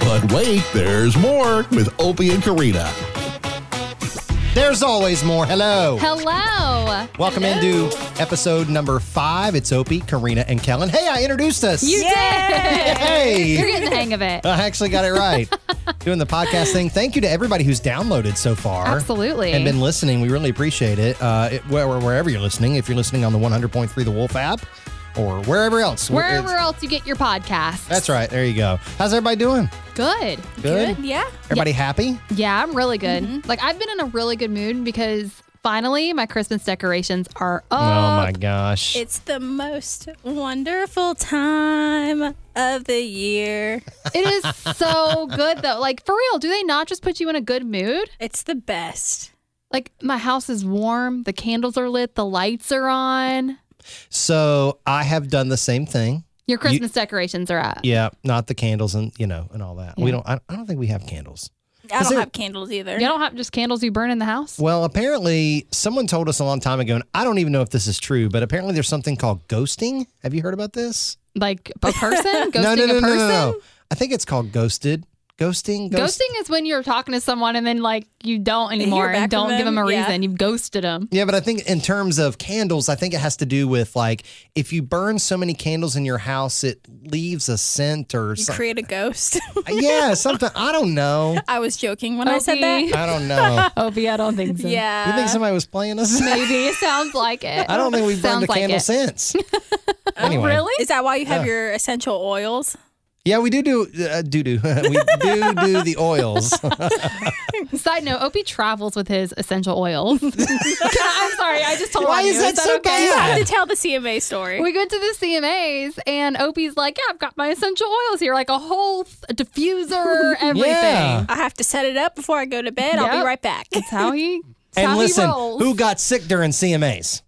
But wait, there's more with Opie and Karina. There's always more. Hello. Hello. Welcome into episode number five. It's Opie, Karina, and Kellen. Hey, I introduced us. You did. You're Hey. getting the hang of it. I actually got it right. Doing the podcast thing. Thank you to everybody who's downloaded so far. Absolutely. And been listening. We really appreciate it. Uh, it where, wherever you're listening, if you're listening on the 100.3 The Wolf app or wherever else. Wherever It's- else you get your podcast. That's right. There you go. How's everybody doing? good. Good? Yeah. Everybody happy? Yeah, I'm really good. Mm-hmm. Like I've been in a really good mood because finally my Christmas decorations are up. oh my gosh. It's the most wonderful time of the year. It is so good though. Like for real, do they not just put you in a good mood? It's the best. Like my house is warm, the candles are lit, the lights are on. so I have done the same thing. Your Christmas decorations are up. Yeah, not the candles and you know and all that. We Yeah. don't. I, I don't think we have candles. I Is don't there- have candles either. You don't have just candles you burn in the house? Well, apparently someone told us a long time ago, and I don't even know if this is true, but apparently there's something called ghosting. Have you heard about this? Like a person? Ghosting no, no, no, a person? no, no, no. I think it's called ghosted. Ghosting. Ghost- Ghosting is when you're talking to someone and then like you don't anymore back and don't from give them, them a yeah. reason. You've ghosted them. Yeah, but I think in terms of candles, I think it has to do with like if you burn so many candles in your house, it leaves a scent or You something. create a ghost. yeah, something. I don't know. I was joking when I said that. I don't know. Opie, I don't think so. Yeah. You think somebody was playing us? Maybe it sounds like it. I don't think we've burned Sounds a like candle it. since. anyway. Oh, Really? Is that why you have Yeah. your essential oils? Yeah, we do do uh, do do. we do do the oils. Side note, Opie travels with his essential oils. I'm sorry, I just told Why on is you. that so okay? You have bad? to tell the CMA story. We went to the CMAs and Opie's like, yeah, I've got my essential oils here, like a whole th- a diffuser, everything. Yeah. I have to set it up before I go to bed. I'll be Yep. right back. That's how he, that's And how listen, he rolls. who got sick during CMAs?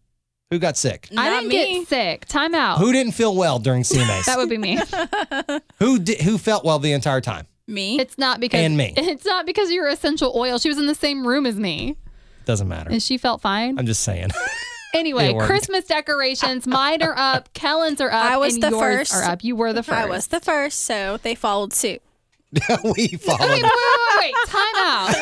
Who got sick? I Not didn't me. get sick. Time out. Who didn't feel well during CMAs? that would be me. who di- who felt well the entire time? Me? It's not because And me. It's not because you're essential oil. She was in the same room as me, Doesn't matter. and she felt fine. I'm just saying. Anyway, it worked. Christmas decorations. Mine are up. Kellen's are up. I was and the yours first. Are up. You were the first. I was the first, so they followed suit. we followed. Wait, wait, wait, wait, wait. Time out.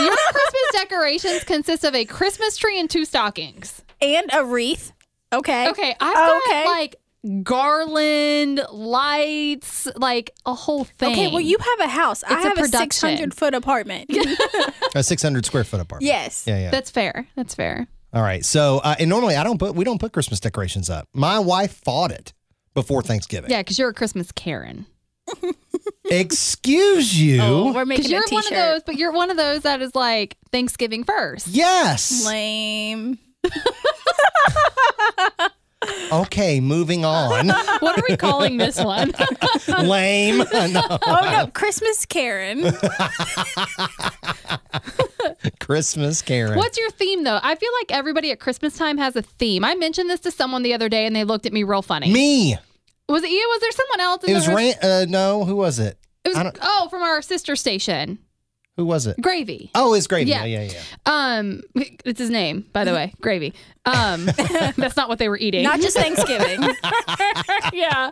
Your Christmas decorations consist of a Christmas tree and two stockings. And a wreath. Okay. Okay, I've got Okay. like garland, lights, like a whole thing. Okay, well, you have a house. I It's a have a, production. 600 foot apartment. A 600 square foot apartment. yes. Yeah, yeah. That's fair. That's fair. All right. So, uh, and normally I don't put we don't put Christmas decorations up. My wife fought it before Thanksgiving. Yeah, because you're a Christmas Karen. Excuse you. Oh, we're making Because a you're one t-shirt. of those, but you're one of those that is like Thanksgiving first. yes. Lame. Okay, moving on. What are we calling this one? Lame. No. Oh no, Christmas Karen. Christmas Karen. What's your theme though? I feel like everybody at Christmas time has a theme. I mentioned this to someone the other day and they looked at me real funny. Me. Was it you? Was there someone else? in It the was room? ran- uh no, who was it? I It was don't- oh from our sister station, Who was it? Gravy. Oh, it's great. Yeah, Yeah. yeah, yeah. Um, it's his name by the way, Gravy. Um, that's not what they were eating. Not just Thanksgiving. yeah.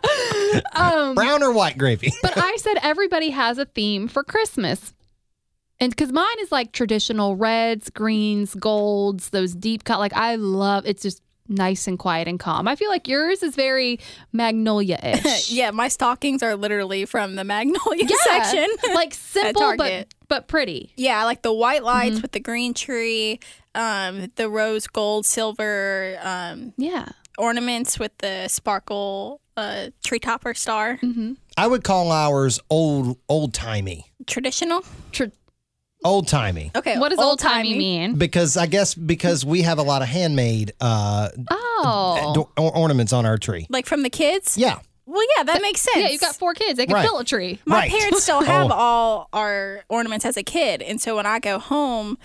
Um, Brown or white gravy? but I said everybody has a theme for Christmas. And because mine is like traditional reds, greens, golds, those deep cut. Like I love it's just nice and quiet and calm. I feel like yours is very magnolia ish. yeah, my stockings are literally from the Magnolia section. like simple but Target. but pretty. Yeah, I like the white lights with the green tree, um, the rose gold, silver um, Yeah. ornaments with the sparkle uh, tree topper star. I would call ours old old timey. Traditional. Tr- Old timey. Okay. what does old timey mean? Because I guess because we have a lot of handmade uh Oh. do- or- ornaments on our tree. Like from the kids? Yeah. Well, yeah, that makes sense. Yeah, you've got four kids. They can Right. fill a tree. My Right. parents still have Oh. all our ornaments as a kid, and so when I go home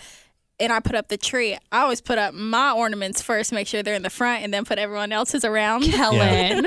and I put up the tree, I always put up my ornaments first, make sure they're in the front, and then put everyone else's around. Helen.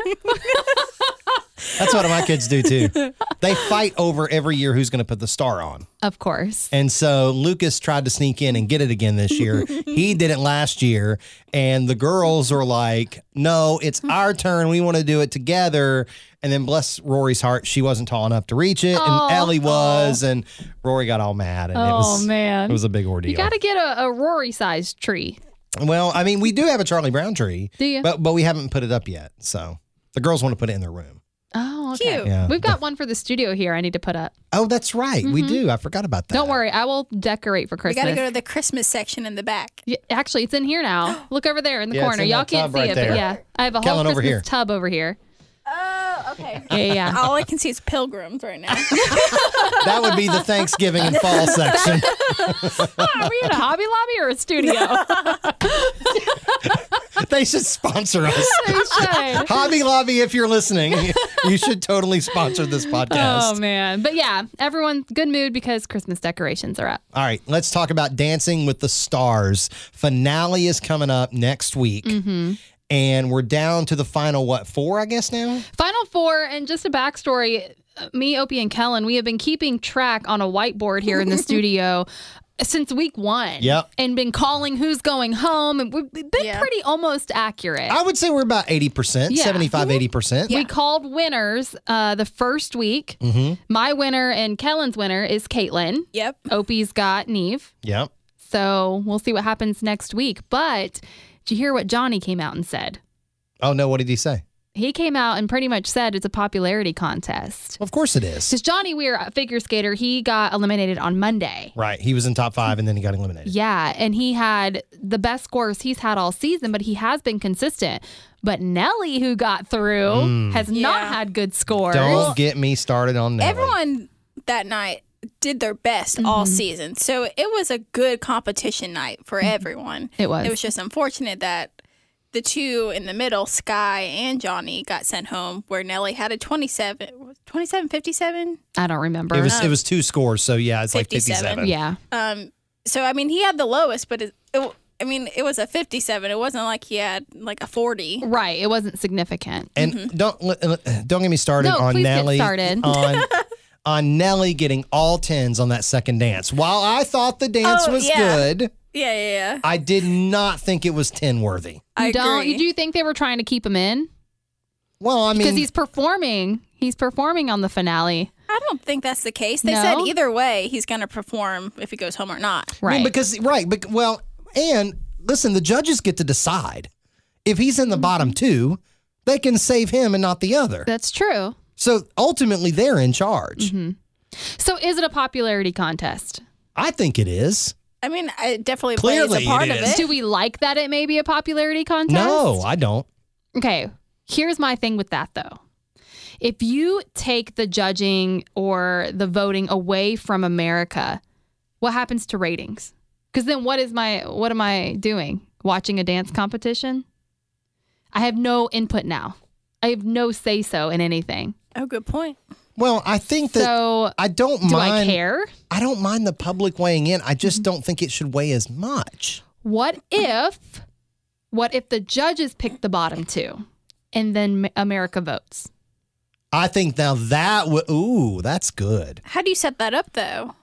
That's what my kids do too. They fight over every year who's going to put the star on. Of course. And so Lucas tried to sneak in and get it again this year. he did it last year. And the girls were like, no, it's our turn. We want to do it together. And then bless Rory's heart, she wasn't tall enough to reach it. Aw. And Ellie was. And Rory got all mad. And it oh was man. it was a big ordeal. you got to get a, a Rory sized tree. well, I mean, we do have a Charlie Brown tree, Do you? but but we haven't put it up yet. So the girls want to put it in their room. oh, okay. Cute. Yeah. We've got one for the studio here. I need to put up. Oh, that's right. We Mhm. do. I forgot about that. Don't worry, I will decorate for We Christmas. got to go to the Christmas section in the back. Yeah, actually, it's in here now. Look over there in the Yeah, it's corner. in Y'all that can't tub see right it, there. but yeah, I have a whole Kellen, over Christmas here. tub over here. Oh, okay. Yeah, yeah, yeah. All I can see is pilgrims right now. That would be the Thanksgiving and fall section. Oh, Are we in a Hobby Lobby or a studio? they should sponsor us. They should. Hobby Lobby, if you're listening, you should totally sponsor this podcast. Oh man, but yeah, everyone good mood because Christmas decorations are up. All right, let's talk about Dancing with the Stars. Finale is coming up next week. Mm-hmm. And we're down to the final, what, four, I guess now? Final four, and just a backstory. uh, Me, Opie, and Kellen, we have been keeping track on a whiteboard here in the studio since week one. Yep. And been calling who's going home, and we've been Yeah. pretty almost accurate. I would say we're about 80%, Yeah. Mm-hmm. 75, 80%. We called winners uh, the first week. Mm-hmm. My winner and Kellen's winner is Caitlin. yep. Opie's got Neve. Yep. So we'll see what happens next week. But did you hear what Johnny came out and said? Oh, no, what did he say? He came out and pretty much said it's a popularity contest. Of course it is. Because Johnny Weir, a figure skater, he got eliminated on Monday. Right. He was in top five and then he got eliminated. Yeah, and he had the best scores he's had all season, but he has been consistent. But Nelly, who got through, has not Yeah. had good scores. Mm. Don't get me started on that. Everyone that night did their best all Mm-hmm. season. So it was a good competition night for everyone. It was. It was just unfortunate that the two in the middle, Sky and Johnny, got sent home where Nelly had a 27, 27 57? I don't remember. It Uh. was, it was two scores. So, yeah, it's like 57. 57. yeah. Um, so, I mean, he had the lowest, but it, it, I mean, it was a 57. It wasn't like he had like a 40. Right. It wasn't significant. And don't let- let- don't get me started Mm-hmm. No, on please get Nelly. started. On, on Nelly getting all tens on that second dance. While I thought the dance Oh, was yeah. good, Yeah, yeah, yeah. I did not think it was ten worthy. I Don't agree. you do you think they were trying to keep him in? Well, I Because mean, he's performing. He's performing on the finale. I don't think that's the case. They No? said either way, he's going to perform if he goes home or not. I Right. mean, because right, but well, and listen, the judges get to decide if he's in the Mm-hmm. bottom two. They can save him and not the other. That's true. So ultimately, they're in charge. Mm-hmm. So is it a popularity contest? I think it is. I mean, I definitely Clearly plays a part it of is. it. Do we like that it may be a popularity contest? Eh. No, I don't. Okay. Here's my thing with that though. If you take the judging or the voting away from America, what happens to ratings? Because then what is my what am I doing? Watching a dance competition? I have no input now. I have no say so in anything. Oh, good point. Well, I think that so I don't do mind. I care? I don't mind the public weighing in. I just don't think it should weigh as much. What if what if the judges pick the bottom two and then Ma- America votes? I think now that would ooh, that's good. How do you set that up though?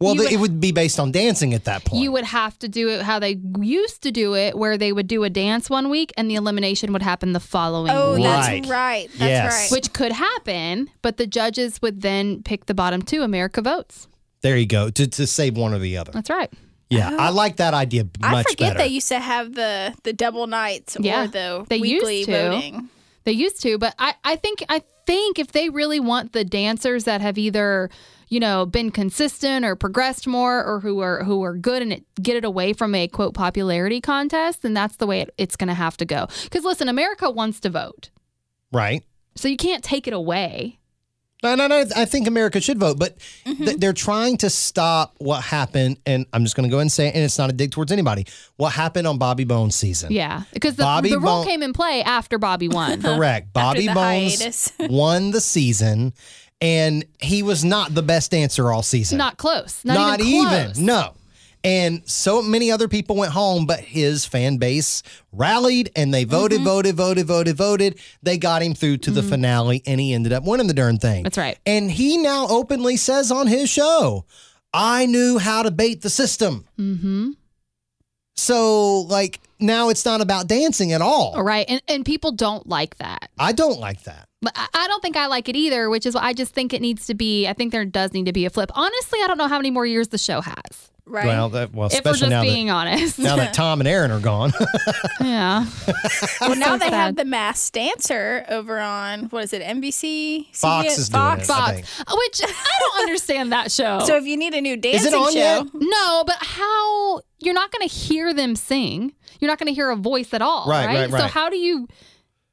Well, You th- it would be based on dancing at that point. You would have to do it how they used to do it, where they would do a dance one week and the elimination would happen the following Oh, week. that's Right. that's right. That's Yes. right. Which could happen, but the judges would then pick the bottom two. America votes. there you go to to save one or the other. That's right. Yeah, I like that idea much I forget better. they used to have the the double nights Yeah, or the they used weekly to. voting. They used to, but I, I think I think if they really want the dancers that have either, you know, been consistent or progressed more or who are who are good and it, get it away from a quote popularity contest, then that's the way it, it's going to have to go. Cuz listen, America wants to vote. right? So you can't take it away. No, no, no. I think America should vote, but th- they're trying to stop what happened. And I'm just going to go ahead and say, it, and it's not a dig towards anybody. What happened on Bobby Bones season? Yeah, because the, Bobby the rule Bon- came in play after Bobby won. Correct. Bobby the Bones hiatus. won the season, and he was not the best dancer all season. not close. Not, even. Close. No. And so many other people went home, but his fan base rallied and they voted, Mm-hmm. voted, voted, voted, voted. They got him through to the finale and he ended up winning the darn thing. That's right. And he now openly says on his show, I knew how to bait the system. Mm-hmm. So, like, now it's not about dancing at all. All right. And and people don't like that. I don't like that. But I I don't think I like it either, which is why I just think it needs to be. I think there does need to be a flip. Honestly, I don't know how many more years the show has. right? Well, that, well if we're especially just now that, being honest. now that Tom and Aaron are gone. yeah. well, now so they sad. have the mass dancer over on what is it? NBC, Fox CBS? is doing it. I Fox, think. which I don't understand that show. So if you need a new Is dancing it on show, yet? no, but how you're not going to hear them sing. You're not going to hear a voice at all, Right, right? right, So right. how do you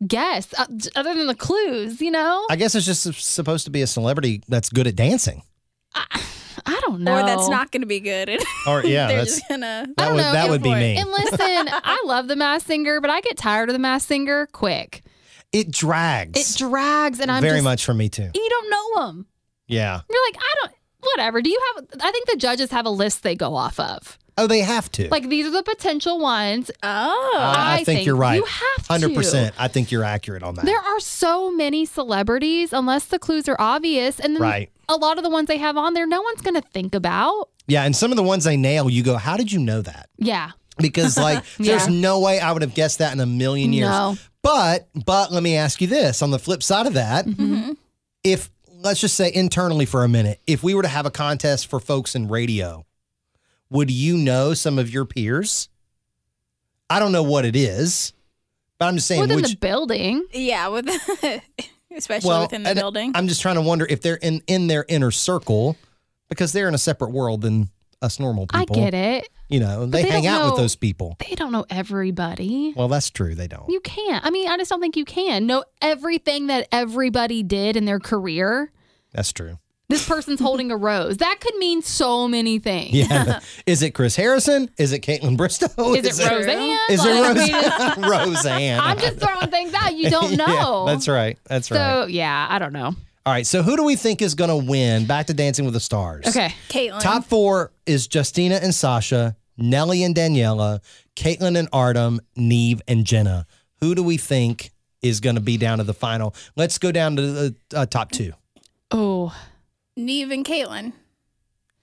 guess uh, j- other than the clues, you know? I guess it's just s- supposed to be a celebrity that's good at dancing. I, I don't know. or that's not going to be good. Or yeah, They're that's, just I gonna. that don't would know, that go would be for it. me. And listen, I love the mass singer, but I get tired of the mass singer quick. It drags. It drags and I'm very just, much for me too. you don't know them. Yeah. You're like, I don't whatever. Do you have I think the judges have a list they go off of. Oh, they have to. Like these are the potential ones. Oh, I think you're right. You have to. hundred percent. I think you're accurate on that. There are so many celebrities, unless the clues are obvious, and then Right. a lot of the ones they have on there, no one's gonna think about. yeah, and some of the ones they nail, you go, "How did you know that?" Yeah, Because like, Yeah. there's no way I would have guessed that in a million years. no, But but let me ask you this: on the flip side of that, Mm. Mm-hmm. Mhm. if let's just say internally for a minute, if we were to have a contest for folks in radio, would you know some of your peers? I don't know what it is, but I'm just saying. within Would the you- building. yeah, with especially Well, within the and uh, building. I'm just trying to wonder if they're in in their inner circle because they're in a separate world than us normal I people. get it. You know, they, they hang don't out with know- those people. They don't know everybody. Well, that's true. They don't. You can't. I mean, I just don't think you can know everything that everybody did in their career. That's true. This person's holding a rose. That could mean so many things. Yeah. is it Chris Harrison? Is it Caitlin Bristow? Is it it- Roseanne? Is Like, I mean, it Rose- Roseanne? I'm just throwing things out. You don't Yeah, know. that's right. That's right. So yeah, I don't know. All right. So who do we think is going to win? Back to Dancing with the Stars. Okay. Caitlin, Top four is Justina and Sasha, Nellie and Daniela, Caitlin and Artem, Neve and Jenna. Who do we think is going to be down to the final? Let's go down to the uh, top two. Oh. Neve and Caitlin.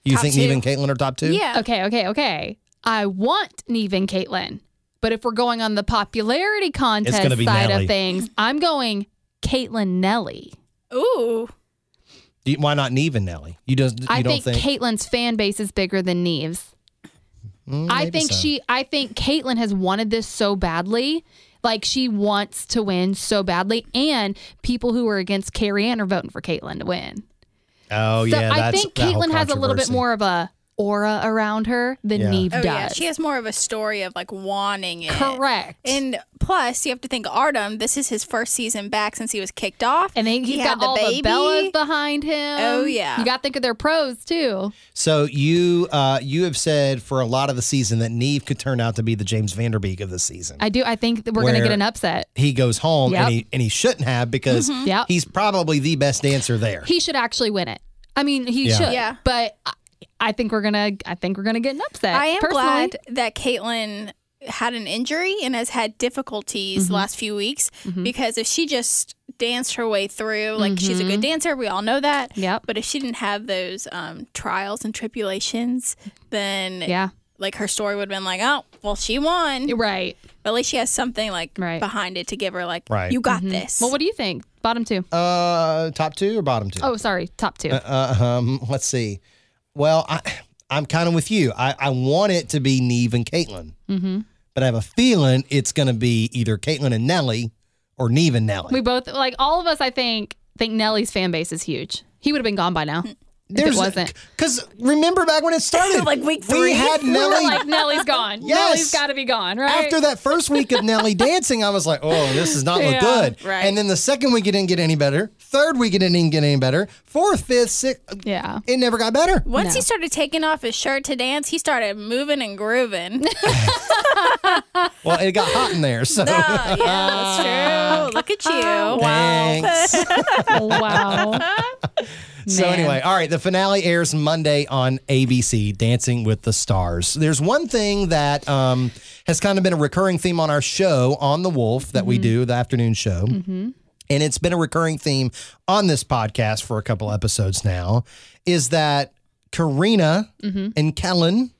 You Top think two. Neve and Caitlin are top two? Yeah, Okay, okay, okay. I want Neve and Caitlin, but if we're going on the popularity contest gonna be side Nelly. of things, I'm going Caitlin Nelly. Uh, ooh, Do you- why not Neve and Nellie? You just you I don't think, think? Caitlin's fan base is bigger than Neve's. Mm, I maybe think so. she I think Caitlin has wanted this so badly. Like she wants to win so badly, and people who are against Carrie Ann are voting for Caitlin to win. Oh so yeah, I that's- think that whole Caitlin has a little bit controversy. more of a aura around her than Yeah. Neve oh does. yeah. She has more of a story of like wanting it. Correct. And plus, you have to think Artem. This is his first season back since he was kicked off. And then he's He got had the all baby. the Bellas behind him. Oh, yeah. You got to think of their pros too. So you uh, you have said for a lot of the season that Neve could turn out to be the James Vanderbeek of the season. I do. I think that we're going to get Where- an upset. he goes home Yep. Mm-hmm. and he and he shouldn't have because Mm-hmm. Yep. he's probably the best dancer there. He should actually win it. I mean, he Yeah. should. Yeah. But I, I think we're gonna. I think we're gonna get an upset. I am personally. glad that Caitlin had an injury and has had difficulties Mm-hmm. the last few weeks because if she just danced her way through, like she's a good dancer, we all know that. Mm-hmm. Yep. But if she didn't have those um, trials and tribulations, then Yeah. like her story would have been like, oh, well, she won. You're right. But at least she has something like Right. Mm-hmm. behind it to give her, like, Right. you got this. Well, what do you think? Bottom two. Uh, top two or bottom two? Oh, sorry. Top two. Uh, um, let's see. Well, I I'm kind of with you. I I want it to be Neve and Caitlin, hmm but I have a feeling it's going to be either Caitlin and Nelly or Neve and Nelly. We both like all of us. I think think Nelly's fan base is huge. He would have been gone by now. if it wasn't. because remember back when it started, Like week we three. had We were Nelly. like Nelly's gone. Yes. Nelly's got to be gone, right? After that first week of Nelly dancing, I was like, oh, this does not look Yeah, good. right. And then the second week, it didn't get any better. Third week, it didn't even get any better. Fourth, fifth, sixth, yeah. it never got better. Once No. he started taking off his shirt to dance, he started moving and grooving. Well, it got hot in there. So yeah, that's true. Look at you. thanks. Wow. So Man. anyway, all right, the finale airs Monday on ABC, Dancing with the Stars. There's one thing that um, has kind of been a recurring theme on our show on the Wolf that we do, the afternoon show. And it's been a recurring theme on this podcast for a couple episodes now is that Karina and Kellen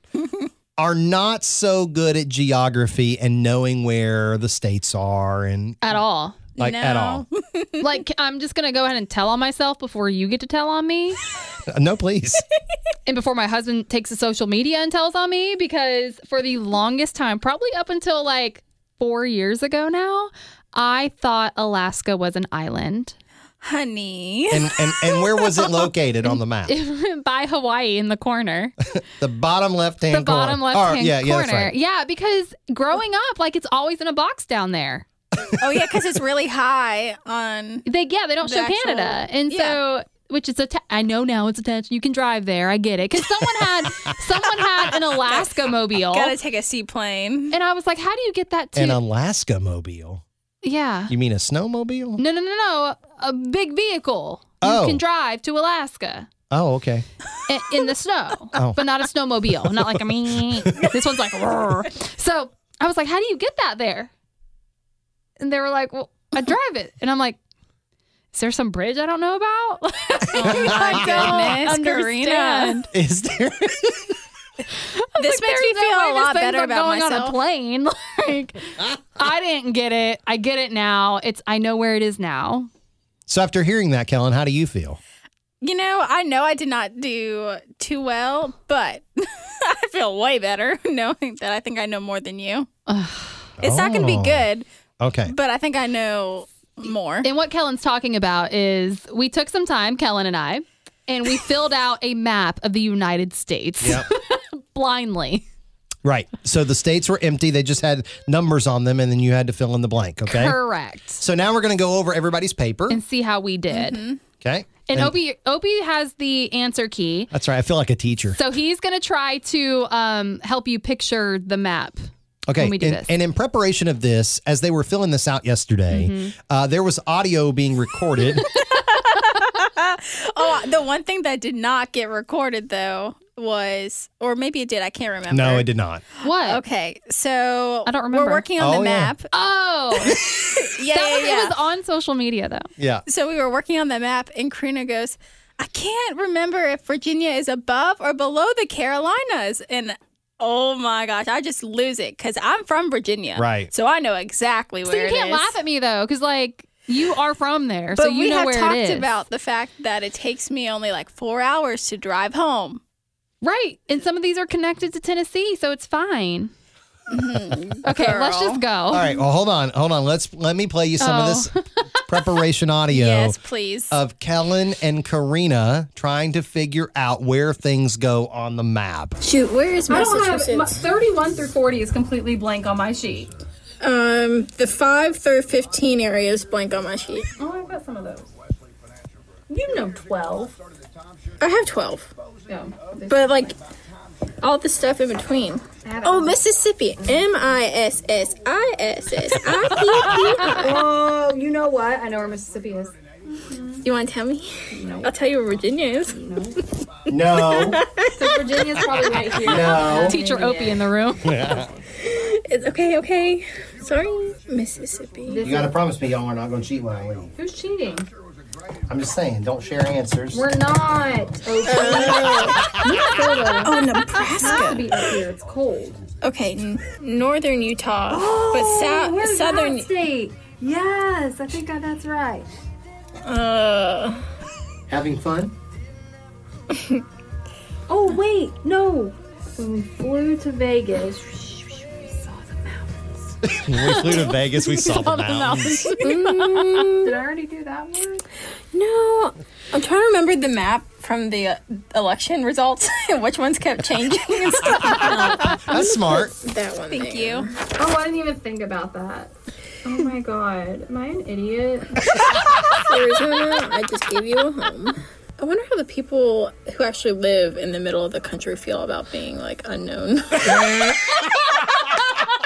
are not so good at geography and knowing where the states are and at all. like at all. like I'm just gonna go ahead and tell on myself before you get to tell on me, no, please. and before my husband takes to social media and tells on me, because for the longest time, probably up until like four years ago now, I thought Alaska was an island honey. And, and and where was it located on the map? by Hawaii in the corner. The bottom left hand the bottom left hand Oh, yeah, Yeah, corner. that's right. yeah, because growing up, like it's always in a box down there. Oh yeah, because it's really high on. They yeah, they don't The show actual- Canada, and yeah. so which is a I know now it's attention. You can drive there. I get it because someone had someone had an Alaska mobile, Gotta take a seaplane. and I was like, how do you get that to An Alaska mobile. yeah? um, You mean a snowmobile? No, no, no, no, a big vehicle Oh. you can drive to Alaska. Oh, okay. i- in the snow, Oh. but not a snowmobile. Not like a me. This one's like, "Roar." so I was like, how do you get that there? And they were like, well, I drive it. And I'm like, is there some bridge I don't know about? Oh my I goodness, don't Karina. understand. Is there? This Like, makes me there's no feel way a this lot thing's better like about going on a myself. plane. Like, I didn't get it. I get it now. It's I know where it is now. so after hearing that, Kellen, how do you feel? You know, I know I did not do too well, but I feel way better knowing that I think I know more than you. It's not going to Oh. be good, Okay. but I think I know more. And what Kellen's talking about is we took some time, Kellen and I, and we filled out a map of the United States blindly. Right. So the states were empty. They just had numbers on them, and then you had to fill in the blank. Okay. Correct. So now we're going to go over everybody's paper. And see how we did. Mm-hmm. Okay. And Opie Opie has the answer key. That's right. I feel like a teacher. So he's gonna try to um, help you picture the map. Okay, when we do and, this. and in preparation of this, as they were filling this out yesterday, Mm-hmm. uh, there was audio being recorded. Oh, the one thing that did not get recorded though was, or maybe it did. I can't remember. no, it did not. What? Okay, so I don't remember. We're working on Oh, the yeah. map. Oh, Yeah, that was, yeah, yeah. it was on social media though. Yeah. so we were working on the map, and Karina goes, "I can't remember if Virginia is above or below the Carolinas." And oh my gosh, I just lose it because I'm from Virginia, Right. So I know exactly where So you it can't is. laugh at me though, because like you are from there, But so you we know have where talked it is. about the fact that it takes me only like four hours to drive home. right, and some of these are connected to Tennessee, so it's fine. Okay, let's Mm-hmm. Girl. just go. All right. Well, hold on. Hold on. Let's let me play you some of this preparation audio Yes, please. of Kellen and Karina trying to figure out where things go on the map. Shoot, where is I don't have my, Massachusetts? 31 through 40 is completely blank on my sheet. Um, the five through fifteen area is blank on my sheet. Oh, I've got some of those. You know 12. I have twelve, No. but like all the stuff in between. Oh, Mississippi, M I S S I S S I P Oh, you know what? I know where Mississippi is. P. You want to tell me? I'll tell you where Virginia is. No. So Virginia's probably right here. Teacher Opie in the room. It's okay, okay. Sorry, Mississippi. You gotta promise me y'all are not gonna cheat when I leave. Who's cheating? I'm just saying, don't share answers. We're not. Oh, Oh, Nebraska. be up here. It's cold. Okay, n- northern Utah, but Where's sou- that southern. state? Yes, I think I, that's right. Uh, Having fun? Oh wait, no. When we flew to Vegas, we saw the mountains. When we flew to Vegas, we saw the mountains. Did I already do that one? No, I'm trying to remember the map from the uh, election results and which ones kept changing and stuff. That's smart. that one. Thank you. Oh, I didn't even think about that. Oh my god, am I an idiot? Arizona, I just gave you a home. I wonder how the people who actually live in the middle of the country feel about being like unknown.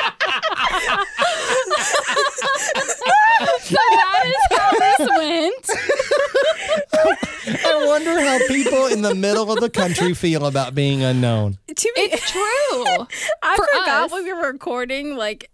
so that is how this went. I wonder how people in the middle of the country feel about being unknown. To be, It's true. I for forgot us. we were recording like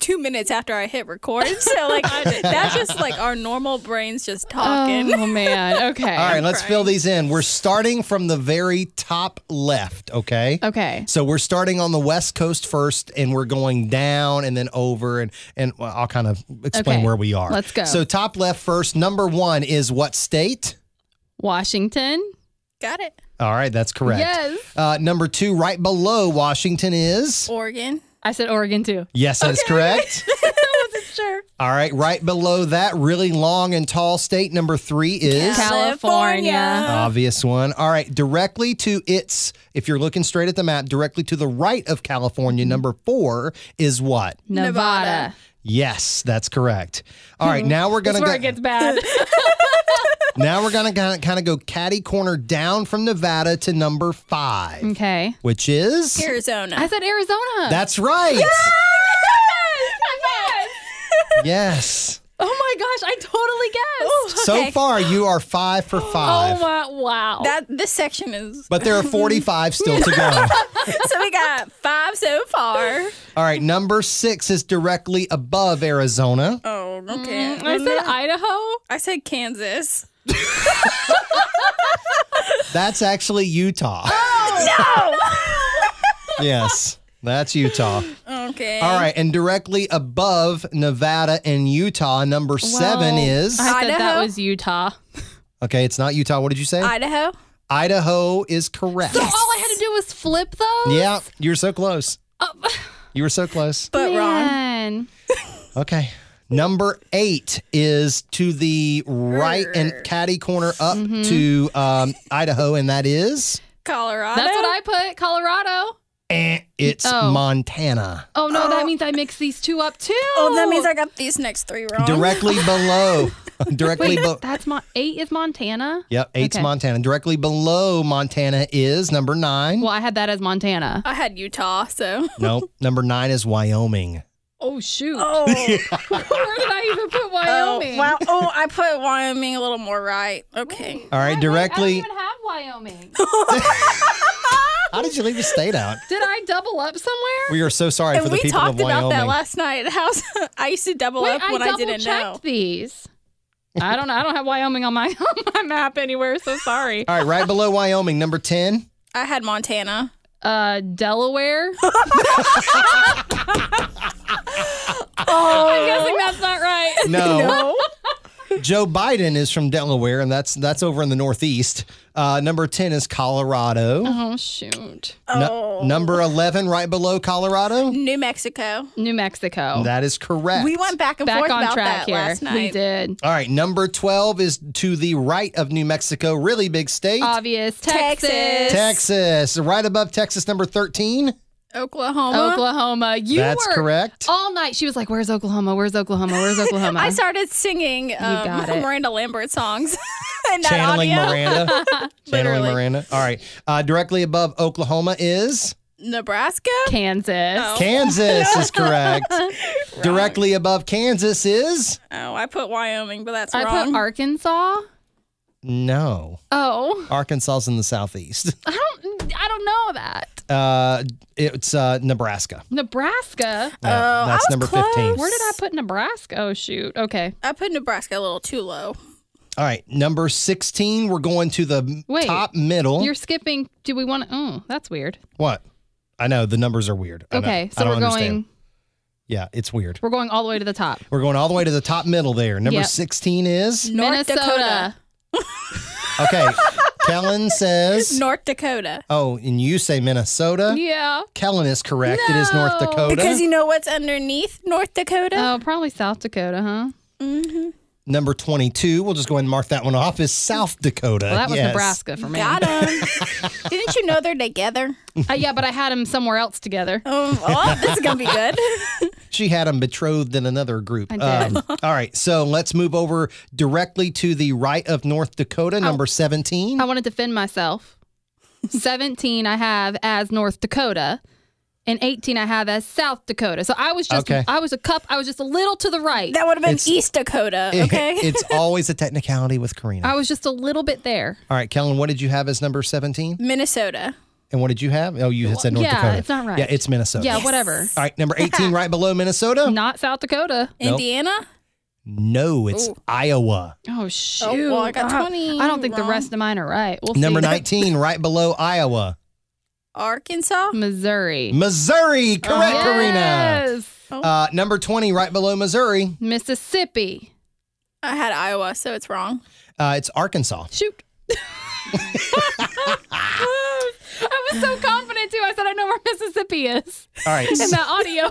two minutes after I hit record. So like that's just like our normal brains just Um, talking. Oh man. Okay. All right, let's fill these in. We're starting from the very top left, okay? Okay. So we're starting on the west coast first, and we're going down and then over, and and well, I'll kind of explain Okay, where we are. let's go. So top left first. Number one is what state? Washington. Got it. All right, that's correct. Yes. Uh, number two, right below Washington is. Oregon. I said Oregon too. Yes, that's correct. Sure. All right, right below that, really long and tall state. Number three is. California. Obvious one. All right, directly to its, if you're looking straight at the map, directly to the right of Mm-hmm. California, number four is what? Nevada. Nevada. Yes, that's correct. All right, now we're That's gonna where go, it gets bad. now we're gonna kind of, kind of go catty corner down from Nevada to number five, okay. which is Arizona. I said Arizona. that's right. Yes. Yes. Oh my gosh, I totally guessed. So far, you are five for five, Oh my wow. that this section is but there are 45 still to go. so we got five so far. All right, number six is directly above Arizona. Oh, okay. I said Idaho. I said Kansas. That's actually Utah. no. yes, that's Utah. Okay. All right, and directly above Nevada and Utah, number seven Well, is I said that Idaho. was Utah. okay. It's not Utah. What did you say? Idaho. Idaho is correct. So all I had to do was flip those. yeah, you were so close. You were so close. But wrong. Man. Okay. Number eight is to the right and catty corner up Mm-hmm. to um, Idaho, and that is Colorado. That's what I put. Colorado. eh, it's Oh. Montana. Oh no, that means I mixed these two up too. Oh, that means I got these next three wrong. Directly below. directly Oh, Wait, below. that's my eight is Montana. Yep, eight's Okay. Montana. Directly below Montana is number nine. Well, I had that as Montana. I had Utah, so. Nope, number nine is Wyoming. Oh shoot. Oh, Where did I even put Wyoming? oh, wow. Oh, I put Wyoming a little more right. Okay. All right, directly. I don't even have Wyoming. How did you leave the state out? Did I double up somewhere? We are so sorry for And the we people of talked about Wyoming. that last night. How I used to double Wait, up when I, double didn't checked know. these. I don't know. I don't have Wyoming on my on my map anywhere. So sorry. All right, right below Wyoming, number ten. I had Montana. Uh, Delaware. I'm Oh, guessing that's not right. No. Joe Biden is from Delaware, and that's that's over in the Northeast. Uh, number ten is Colorado. Oh shoot. Nu- Oh. number eleven, right below Colorado. New Mexico. New Mexico. That is correct. We went back and Back forth on about track that here. last night. We did. All right, number twelve is to the right of New Mexico, really big state. Obvious. Texas. Texas. Texas, right above Texas, number 13. Oklahoma. Oklahoma. You That's were correct. all night. She was like, "Where's Oklahoma? Where's Oklahoma? Where's Oklahoma?" I started singing um, got it. Miranda Lambert songs in that Channeling audio. Miranda. Channeling Literally. Miranda. All right. Uh, directly above Oklahoma is Nebraska. Kansas. Kansas, is correct. directly above Kansas is Oh, I put Wyoming, but that's I wrong. put Arkansas. no. Oh, Arkansas's in the southeast. I don't. I don't know that. Uh, it's uh, Nebraska. Nebraska. Yeah, Oh, I that's was number close. 15. Where did I put Nebraska? Oh shoot. Okay. I put Nebraska a little too low. All right. Number 16, we're going to the Wait. top middle. You're skipping. Do we want to? Oh, that's weird. What? I know the numbers are weird. I know. Okay, I so don't we're going. understand. Yeah, it's weird. We're going all the way to the top. We're going all the way to the top middle there. Number Yep. 16 is North Minnesota. Dakota. okay. Kellen says North Dakota. Oh, and you say Minnesota. Yeah. Kellen is correct. It is North No. Dakota. Because you know what's underneath North Dakota? Oh, probably South Dakota, huh? Uh, Number 22, we'll just go ahead and mark that one off, is South Dakota. Well, that was Yes. Nebraska for me. Got 'em. Didn't you know they're together? Uh, yeah, but I had them somewhere else together. Um, oh, this is gonna be good. She had them betrothed in another group. Um, I did. all right, so let's move over directly to the right of North Dakota, Oh. number 17. I want to defend myself. 17 I have as North Dakota, In 18, I have as South Dakota. So I was just, Okay. I was a cup, I was just a little to the right. That would have been It's- East Dakota, okay? it's always a technicality with Karina. I was just a little bit there. All right, Kellen, what did you have as number 17? Minnesota. And what did you have? Oh, you had said North Yeah, Dakota. it's not right. Yeah, it's Minnesota. Yeah, whatever. All right, number 18, right below Oh. Minnesota? Not South Dakota. Nope. Indiana? No, it's Iowa. Oh, shoot. well, I got Ah, 20 I don't think wrong. the rest of mine are right. We'll Number see. 19, right below Iowa. Arkansas? Missouri. Missouri. Correct, Karina. Oh. yes. Uh, number 20, right below Missouri. Mississippi. I had Iowa, so it's wrong. Uh, it's Arkansas. Shoot. I was so confident too. I said I know where Mississippi is All right. in the audio.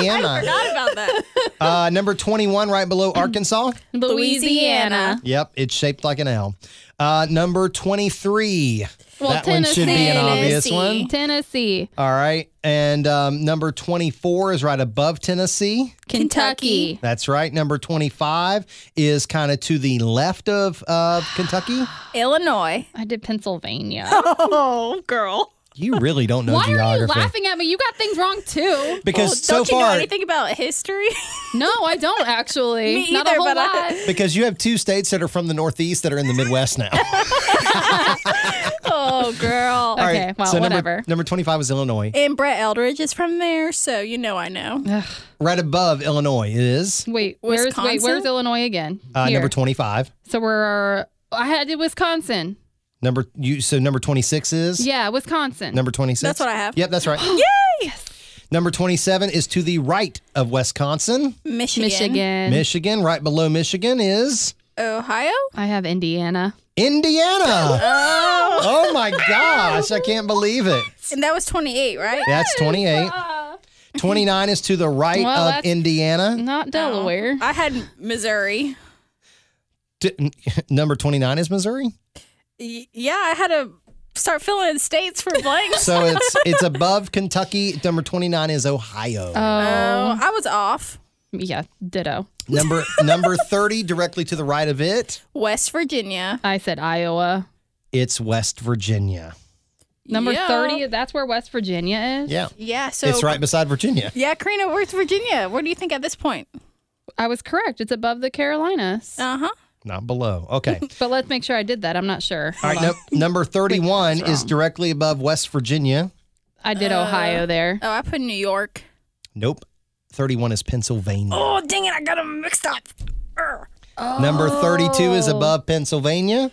Anna. Forgot about that. Uh, number 21, right below Arkansas. Louisiana. Yep, it's shaped like an L. Uh, number 23. Well, that one should be an obvious Tennessee. one. Tennessee. All right. And um, number 24 is right above Tennessee. Kentucky. That's right. Number 25 is kind of to the left of of Kentucky. Illinois. I did Pennsylvania. Oh, girl. You really don't know Why are you geography. laughing at me? You got things wrong too. Because so Oh, don't you know far, anything about history? No, I don't actually. Me Not a either, whole but lot. I- because you have two states that are from the Northeast that are in the Midwest now. All oh, girl. Okay, well, so number- whatever. number 25 is Illinois. And Brett Eldridge is from there, so you know I know. Right above Illinois is Wait, where's wait, Wisconsin? where's Illinois again? uh, Here. number 25. so we're I had it Wisconsin. Number you so number 26 is Yeah, Wisconsin. number 26. That's what I have. Yep, that's right. Yay! Number 27 is to the right of Wisconsin. Michigan. Michigan. Michigan, right below Michigan is Ohio? I have Indiana. Indiana. Oh, my gosh, I can't believe it. And that was 28, right? That's 28. 29 is to the right Well, of that's- Indiana. Not Delaware. I had Missouri. D- number 29 is Missouri. Y- yeah, I had to start filling in states for blanks. So it's it's above Kentucky. Number 29 is Ohio. Oh, I was off. Um, Yeah, ditto. Number number 30 directly to the right of it, West Virginia. I said Iowa. it's West Virginia. Number Yeah. 30, that's where West Virginia is. Yeah. Yeah, so it's right beside Virginia. Yeah, Karina, where's Virginia? Where do you think at this point? I was correct. It's above the Carolinas. Uh huh. Not below. Okay. but let's make sure I did that. I'm not sure. All right, no, number 31 is directly above West Virginia. I did Ohio there. Oh, I put New York. Nope. 31 is Pennsylvania. Oh, dang it, I got them mixed up. Urgh. Oh. Number 32 is above Pennsylvania.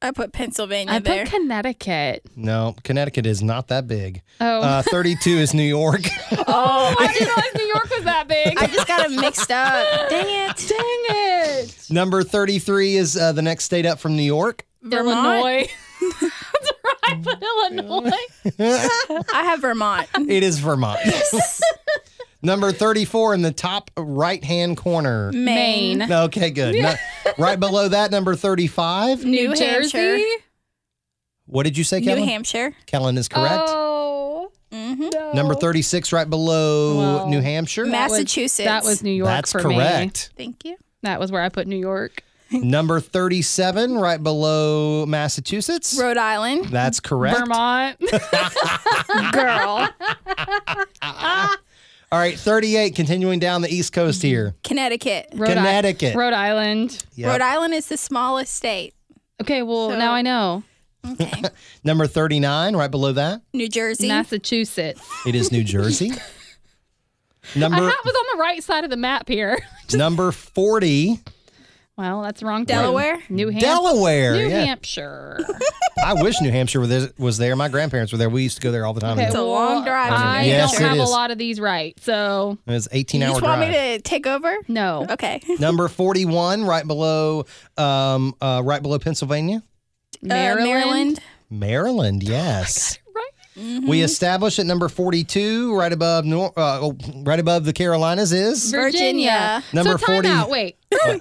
I put Pennsylvania I there. put Connecticut. No, Connecticut is not that big. Oh, Uh, 32 is New York. oh, I didn't realize New York was that big. I just got them mixed up. Dang it. Dang it. Number 33 is uh, the next state up from New York. Illinois. that's right, but Illinois. I have Vermont. It is Vermont. Number 34 in the top right hand corner. Maine. Maine. Okay, good. No- right below that, number 35. New, New Jersey. Hampshire. What did you say, New Kellen? Hampshire. Kellen is correct. Oh. hmm no. Number 36, right below Well, New Hampshire. Ma- That was- Massachusetts. That was New York That's for me. correct. Thank you. That was where I put New York. Number 37, right below Massachusetts. Rhode Island. That's correct. Vermont. Girl. All right, 38, continuing down the East Coast here. Connecticut. Rhode I- Connecticut. Rhode Island. Yep. Rhode Island is the smallest state. Okay, well, So- now I know. Okay. Number 39, right below that, New Jersey. Massachusetts. it is New Jersey. I number was on the right side of the map here. number 40, Well, that's the wrong. Delaware? Thing. New Hampshire. Delaware. New yeah. Hampshire. I wish New Hampshire was there, was there. My grandparents were there. We used to go there all the time. Okay, It's a well, long drive to I New Yes, don't it have a is. lot of these right, so It was 18 You hour just want drive. me to take over? no. Okay. uh, Number 41, right below um, uh, right below Pennsylvania. Maryland. Uh, Maryland. Maryland, Oh yes. Right. We Mm-hmm. established at number 42, right above nor- uh, oh, right above the Carolinas is Virginia. Number so time 40 out. Wait.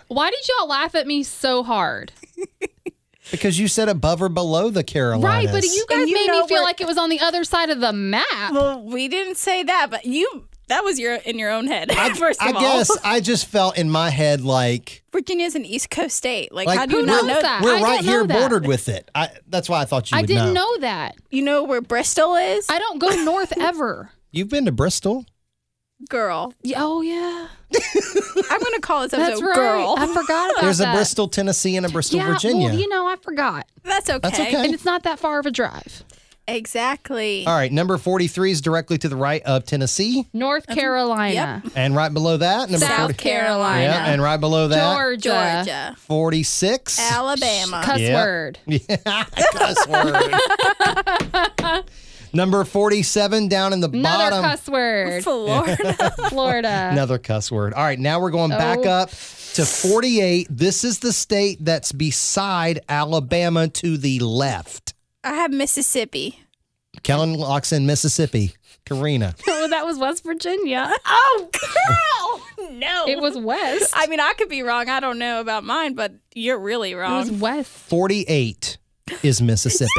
Why did y'all laugh at me so hard? because you said above or below the Carolinas. Right, but you guys And you made know me feel where- like it was on the other side of the map. Well, we didn't say that, but you that was your in your own head. first I of all, guess I just felt in my head like Virginia's an East Coast state. Like, like how do you Who not we're, know knows that? that? we're I right don't know here that. bordered with it. I, that's why I thought you I would didn't know. that. You know where Bristol is, I don't go north ever. You've been to Bristol? girl. Yeah, Oh yeah, I'm gonna call this episode that's right. girl. I forgot about There's that. a Bristol, Tennessee, and a Bristol, yeah, Virginia. Well, you know, I forgot, That's okay. That's okay. and it's not that far of a drive. Exactly. All right, number 43 is directly to the right of Tennessee. North Carolina, And right below that, number South 40 Carolina, Yeah, and right below that, Georgia, Georgia, 46. Alabama. cuss Yeah. word. Yeah, cuss word. number 47 down in the Another bottom. cuss word. Florida. Florida. Another cuss word. All right, now we're going back Oh. up to 48. This is the state that's beside Alabama to the left. I have Mississippi. Kellen locks in Mississippi. Karina. well, that was West Virginia. Oh, girl, no. It was West. I mean, I could be wrong. I don't know about mine, but you're really it was wrong. West. 48 is Mississippi.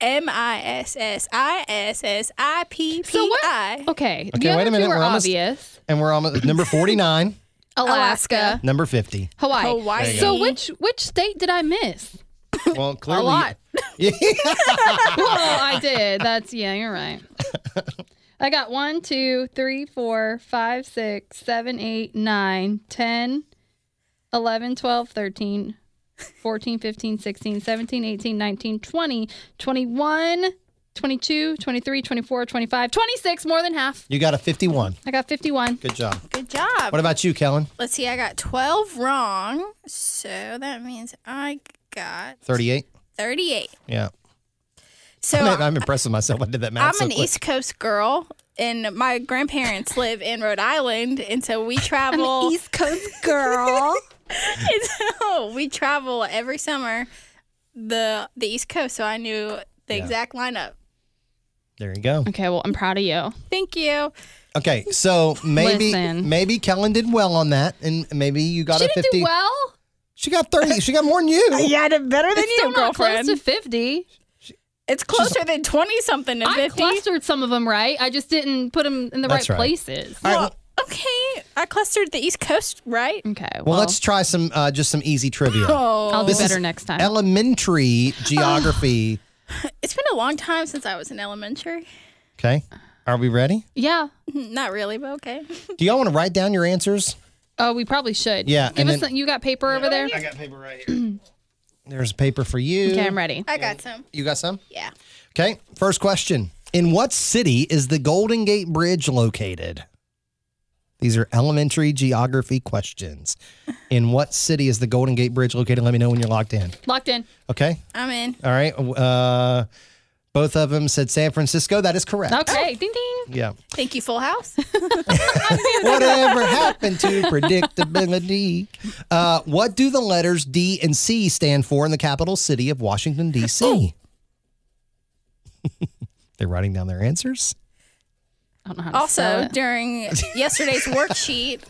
M I S S I S S I P So P what? I. Okay. Okay, the wait a other minute, Two were we're almost- obvious. and we're almost number 49, Alaska, Alaska. number 50. Hawaii. Hawaii. There you So go. which which state did I miss? Well, clearly. lot. Yeah. well, Oh, I did. That's yeah. You're right. I got one, two, three, four, five, six, seven, eight, nine, 10, 11, 12, 13, 14, 15, 16, 17, 18, 19, 20, 21, 22, 23, 24, 25, 26, more than half. You got a 51. I got 51. Good job. Good job. What about you, Kellen? Let's see. I got 12 wrong. So that means I got 38. 38. Yeah. So I'm, I'm, I'm impressed with myself. I did that math. so an quick. East Coast girl, and my grandparents live in Rhode Island. And so we I'm travel. an East Coast girl. And so we travel every summer the the East Coast, so I knew the Yeah. exact lineup. There you go. okay, well, I'm proud of you. Thank you. Okay, so maybe Listen. maybe Kellen did well on that, and maybe you got She a didn't 50. do well. She got 30. She got more than you. Yeah, I did better than It's still not close to 50. it's closer than twenty something to I fifty. clustered some of them right. I just didn't put them in the That's right, right. places. All right. Well, okay, I clustered the East Coast, right? Okay. Well, Well, let's try some uh, just some easy trivia. Oh, I'll do This is better next time. Elementary geography. it's been a long time since I was in elementary. Okay, are we ready? yeah. Not really, but okay. Do y'all want to write down your answers? Oh, we probably should. Yeah, Give and us then- some, you got paper over there? got paper right here. There's paper for you. Okay, I'm ready. I got some. You got some? Yeah, Okay, first question. In what city is the Golden Gate Bridge located? These are elementary geography questions. In what city is the Golden Gate Bridge located? Let me know when you're locked in. Locked in. Okay. I'm in. All right. Uh, both of them said San Francisco. That is correct. Oh. Okay. Ding ding. Yeah. Thank you, Full House. Whatever happened to predictability? Uh, what do the letters D and C stand for in the capital city of Washington, D.C.? They're writing down their answers. I don't know how to spell Also, it. during yesterday's worksheet,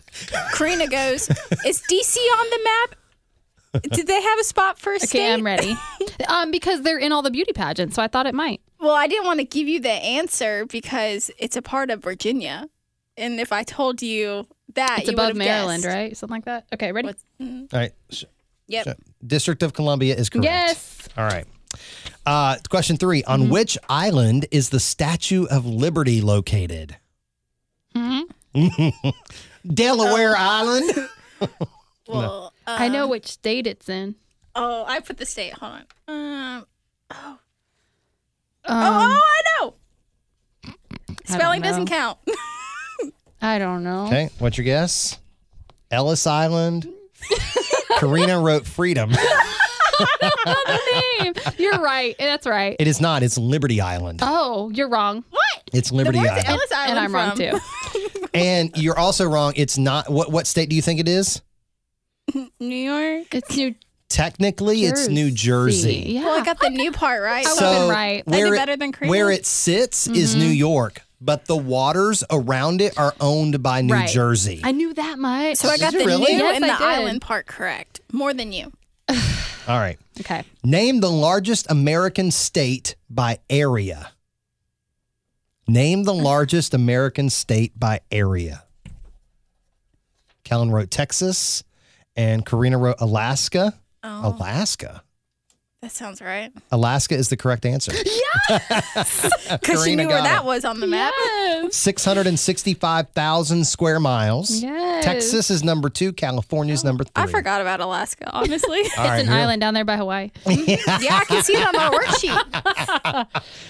Karina goes, "Is DC on the map? Did they have a spot for a Okay, state?" I'm ready. um, because they're in all the beauty pageants, so I thought it might. Well, I didn't want to give you the answer because it's a part of Virginia, and if I told Uh, you that, It's above Maryland, right? Something like that. Okay, ready? What's- All right. Sh- Yep. sh- District of Columbia is correct. Yes. All right. Uh, question three On which island is the Statue of Liberty located? Mhm. Delaware Island. Well, uh, I know which state it's in. Oh, I put the state. Hold on. Um, Um, oh, I know. I don't Spelling know. doesn't count. I don't know. Okay. What's your guess? Ellis Island. Karina wrote freedom. Name. You're right. That's right. It is not. It's Liberty Island. Oh, you're wrong. what? It's Liberty Where's Island. Ellis Island and I'm wrong from? too. and you're also wrong. It's not. What what state do you think it is? New York. It's New Technically, it's New Jersey. Yeah. Well, I got the new part right. I would've been right. I did Where it, better than Karina. where it sits is Mm-hmm. New York, but the waters around it are owned by New Right. Jersey. I knew that much. So I got you the really? new Yes, and I the did. island part correct. More than you. All right. Okay. Name the largest American state by area. Name the largest American state by area. Kellen wrote Texas, and Karina wrote Alaska. Oh. Oh. Alaska. Oh, That sounds right. Alaska is the correct answer. Because she Karina knew where got that it. was on the map. Yes. 665,000 square miles. Yes. Texas is number two. California's number three. I forgot about Alaska, honestly. All right, It's an here- island down there by Hawaii. yeah, I can see it on my worksheet.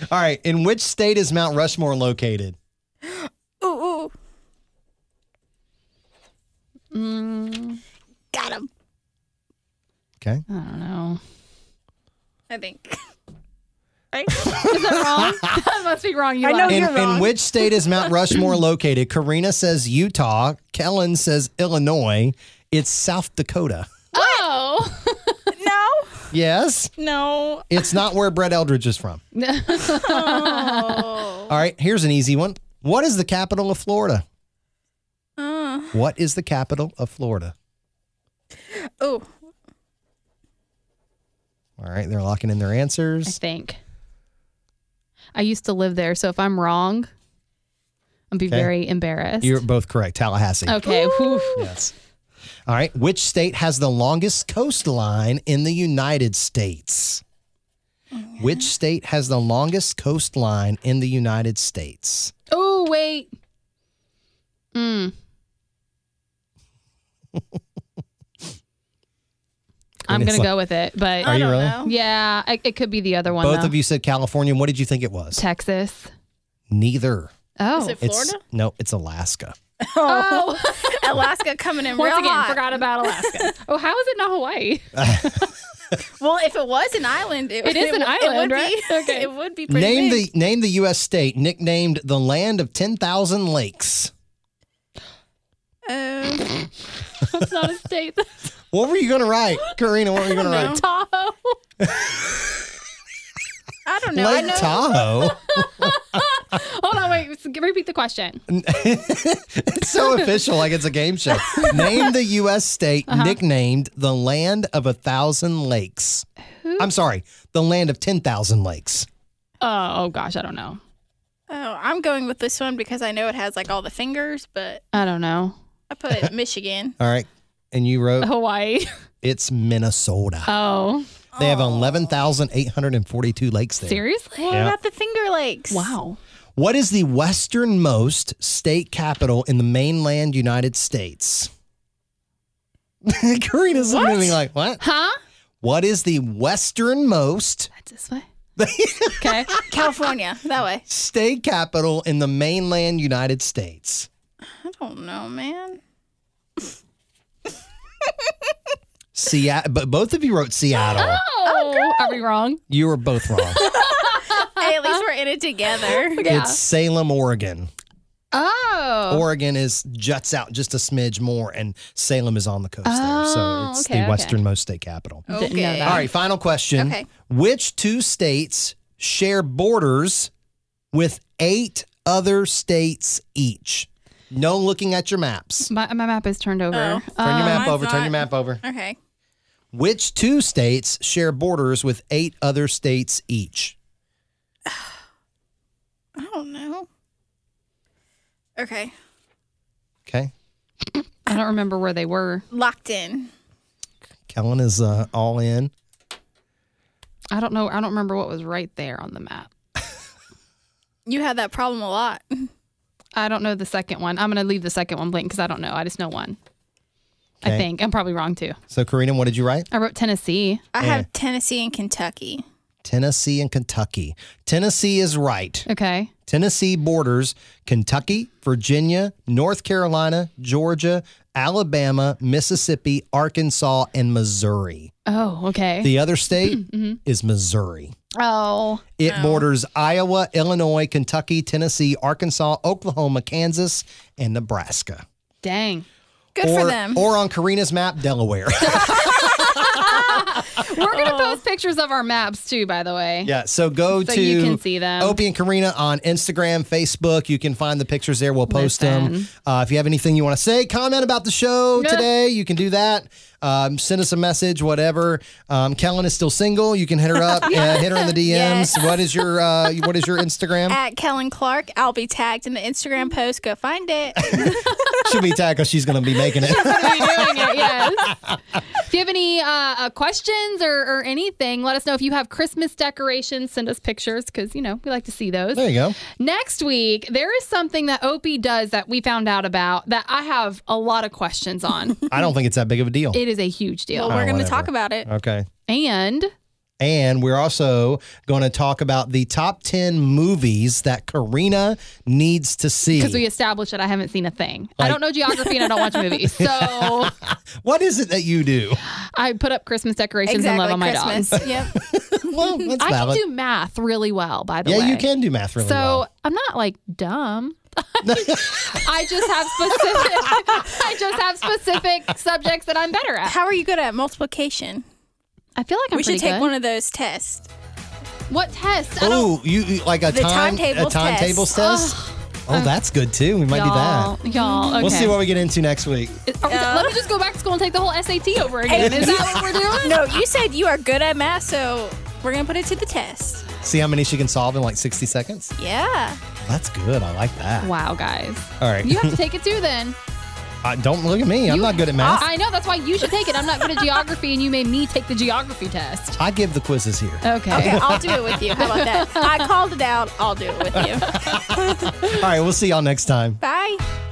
All right. In which state is Mount Rushmore located? Ooh, ooh. Mm, Got him. Okay. I don't know. I think. Is that wrong? that must be wrong. You I know lied. In, you're in wrong. which state is Mount Rushmore located? Karina says Utah. Kellen says Illinois. It's South Dakota. Oh. No. Yes. No. It's not where Brett Eldridge is from. Oh. All right. Here's an easy one. What is the capital of Florida? Uh, What is the capital of Florida? oh. All right. They're locking in their I answers. think. I used to live there, so if I'm wrong, I'll be Okay. very embarrassed. You're both correct. Tallahassee. okay. whew. Yes. All right. Which state has the longest coastline in the United States? Which state has the longest coastline in the United States? Oh wait. Mm. I'm Karina's gonna like- go with it, but Are you really? Oh. yeah, I, it could be the other one. Both though. of you said California. What did you think it was? Texas. Neither. Oh, Is it It's Florida? no, it's Alaska. oh. Alaska coming in Once real again, hot. forgot about Alaska. oh, how is it not Hawaii? Well, if it was an island, it, It is an it island, would right? Be, Okay. It would be pretty Name big. the name the U.S. state nicknamed the land of ten thousand lakes. Um, It's not a state. What were you gonna write, Karina? What were you gonna I write? don't Tahoe. I don't know. I Lake know. Tahoe. Hold on, wait. s- Repeat the question. It's so official, like it's a game show. Name the U.S. state nicknamed the land of a thousand lakes. I'm sorry, the land of 10,000 lakes. Oh, oh gosh, I don't know. Oh, I'm going with this one because I know it has like all the fingers, but I don't know. I put Michigan. All right. And you wrote, Oh. Hawaii. it's Minnesota. Oh, They have 11,842 lakes there. seriously? What Yeah. about the Finger Lakes? Wow. What is the westernmost state capital in the mainland United States? Karina's What? moving like, what? Huh? What is the westernmost That's this way. okay. California. That way. state capital in the mainland United States? I don't know, man. Seattle, but both of you wrote Seattle. Oh, are we wrong? You were both wrong. Hey, at least we're in it together. Yeah. It's Salem, Oregon. Oh. Oregon is juts out just a smidge more, and Salem is on the coast there, so Oh, it's okay, the okay. Oh. westernmost state capital. Didn't know Okay. that. All right, final question. Okay. Which two states share borders with eight other states each? No looking at your maps. My, my map is turned over. Oh. Uh, Turn your map mine's over. Turn not. your map over. Okay. Which two states share borders with eight other states each? I don't know. Okay. Okay. I don't remember where they were. Locked in. Kellen is uh, all in. I don't know. I don't remember what was right there on the map. You had that problem a lot. I don't know the second one. I'm going to leave the second one blank because I don't know. I just know one. Okay. I think. I'm probably wrong too. So, Karina, what did you write? I wrote Tennessee. I Yeah. have Tennessee and Kentucky. Tennessee and Kentucky. Tennessee is right. Okay. Tennessee borders Kentucky, Virginia, North Carolina, Georgia, Alabama, Mississippi, Arkansas, and Missouri. Oh, okay. The other state Mm-hmm. is Missouri. oh. It borders Iowa, Illinois, Kentucky, Tennessee, Arkansas, Oklahoma, Kansas, and Nebraska. Dang. Good or, for them. Or on Karina's map, Delaware. We're gonna post pictures of our maps too, by the way. Yeah, so go So to you can see them. Opie and Karina on Instagram, Facebook. You can find the pictures there. We'll post them. Listen. Uh, if you have anything you want to say, comment about the show Yeah. today. You can do that. Um, send us a message, whatever. Um, Kellen is still single. You can hit her up. uh, hit her in the DMs. Yes. What is your uh, What is your Instagram? At Kellen Clark, I'll be tagged in the Instagram post. Go find it. She'll be tackled. She's going to be making it. We're doing it, yes. If you have any uh, uh, questions or, or anything, let us know. If you have Christmas decorations, send us pictures because, you know, we like to see those. There you go. Next week, there is something that Opie does that we found out about that I have a lot of questions on. I don't think it's that big of a deal. it is a huge Well, deal. Oh, we're going to whatever. talk about it. Okay. And And we're also going to talk about the top 10 movies that Karina needs to see. because we established that I haven't seen a thing, I don't know geography and I don't watch movies. So what is it that you do? I put up Christmas decorations and love Exactly. on my Christmas. dogs. Yep. well, that's I valid. can do math really well, by the yeah, way. you can do math really so well. I'm not like dumb. I just have specific. I just have specific subjects that I'm better at. How are you good at multiplication? I feel like I'm we should pretty take good. one of those tests. what test? I don't Oh, you you- like a The time a timetable timetable test? oh, that's good too. We might do that. y'all, y'all. Okay. We'll see what we get into next week. Are we- Let Uh. me just go back to school and take the whole SAT over again. Is that what we're doing? No, you said you are good at math, so we're going to put it to the test. See how many she can solve in like 60 seconds. Yeah. That's good. I like that. Wow, guys. All right. You have to take it too then. Uh, don't look at me. I'm You- not good at math. I, I know. That's why you should take it. I'm not good at geography, and you made me take the geography test. I give the quizzes here. Okay. Okay, I'll do it with you. How about that? I called it out. I'll do it with you. All right, we'll see y'all next time. Bye.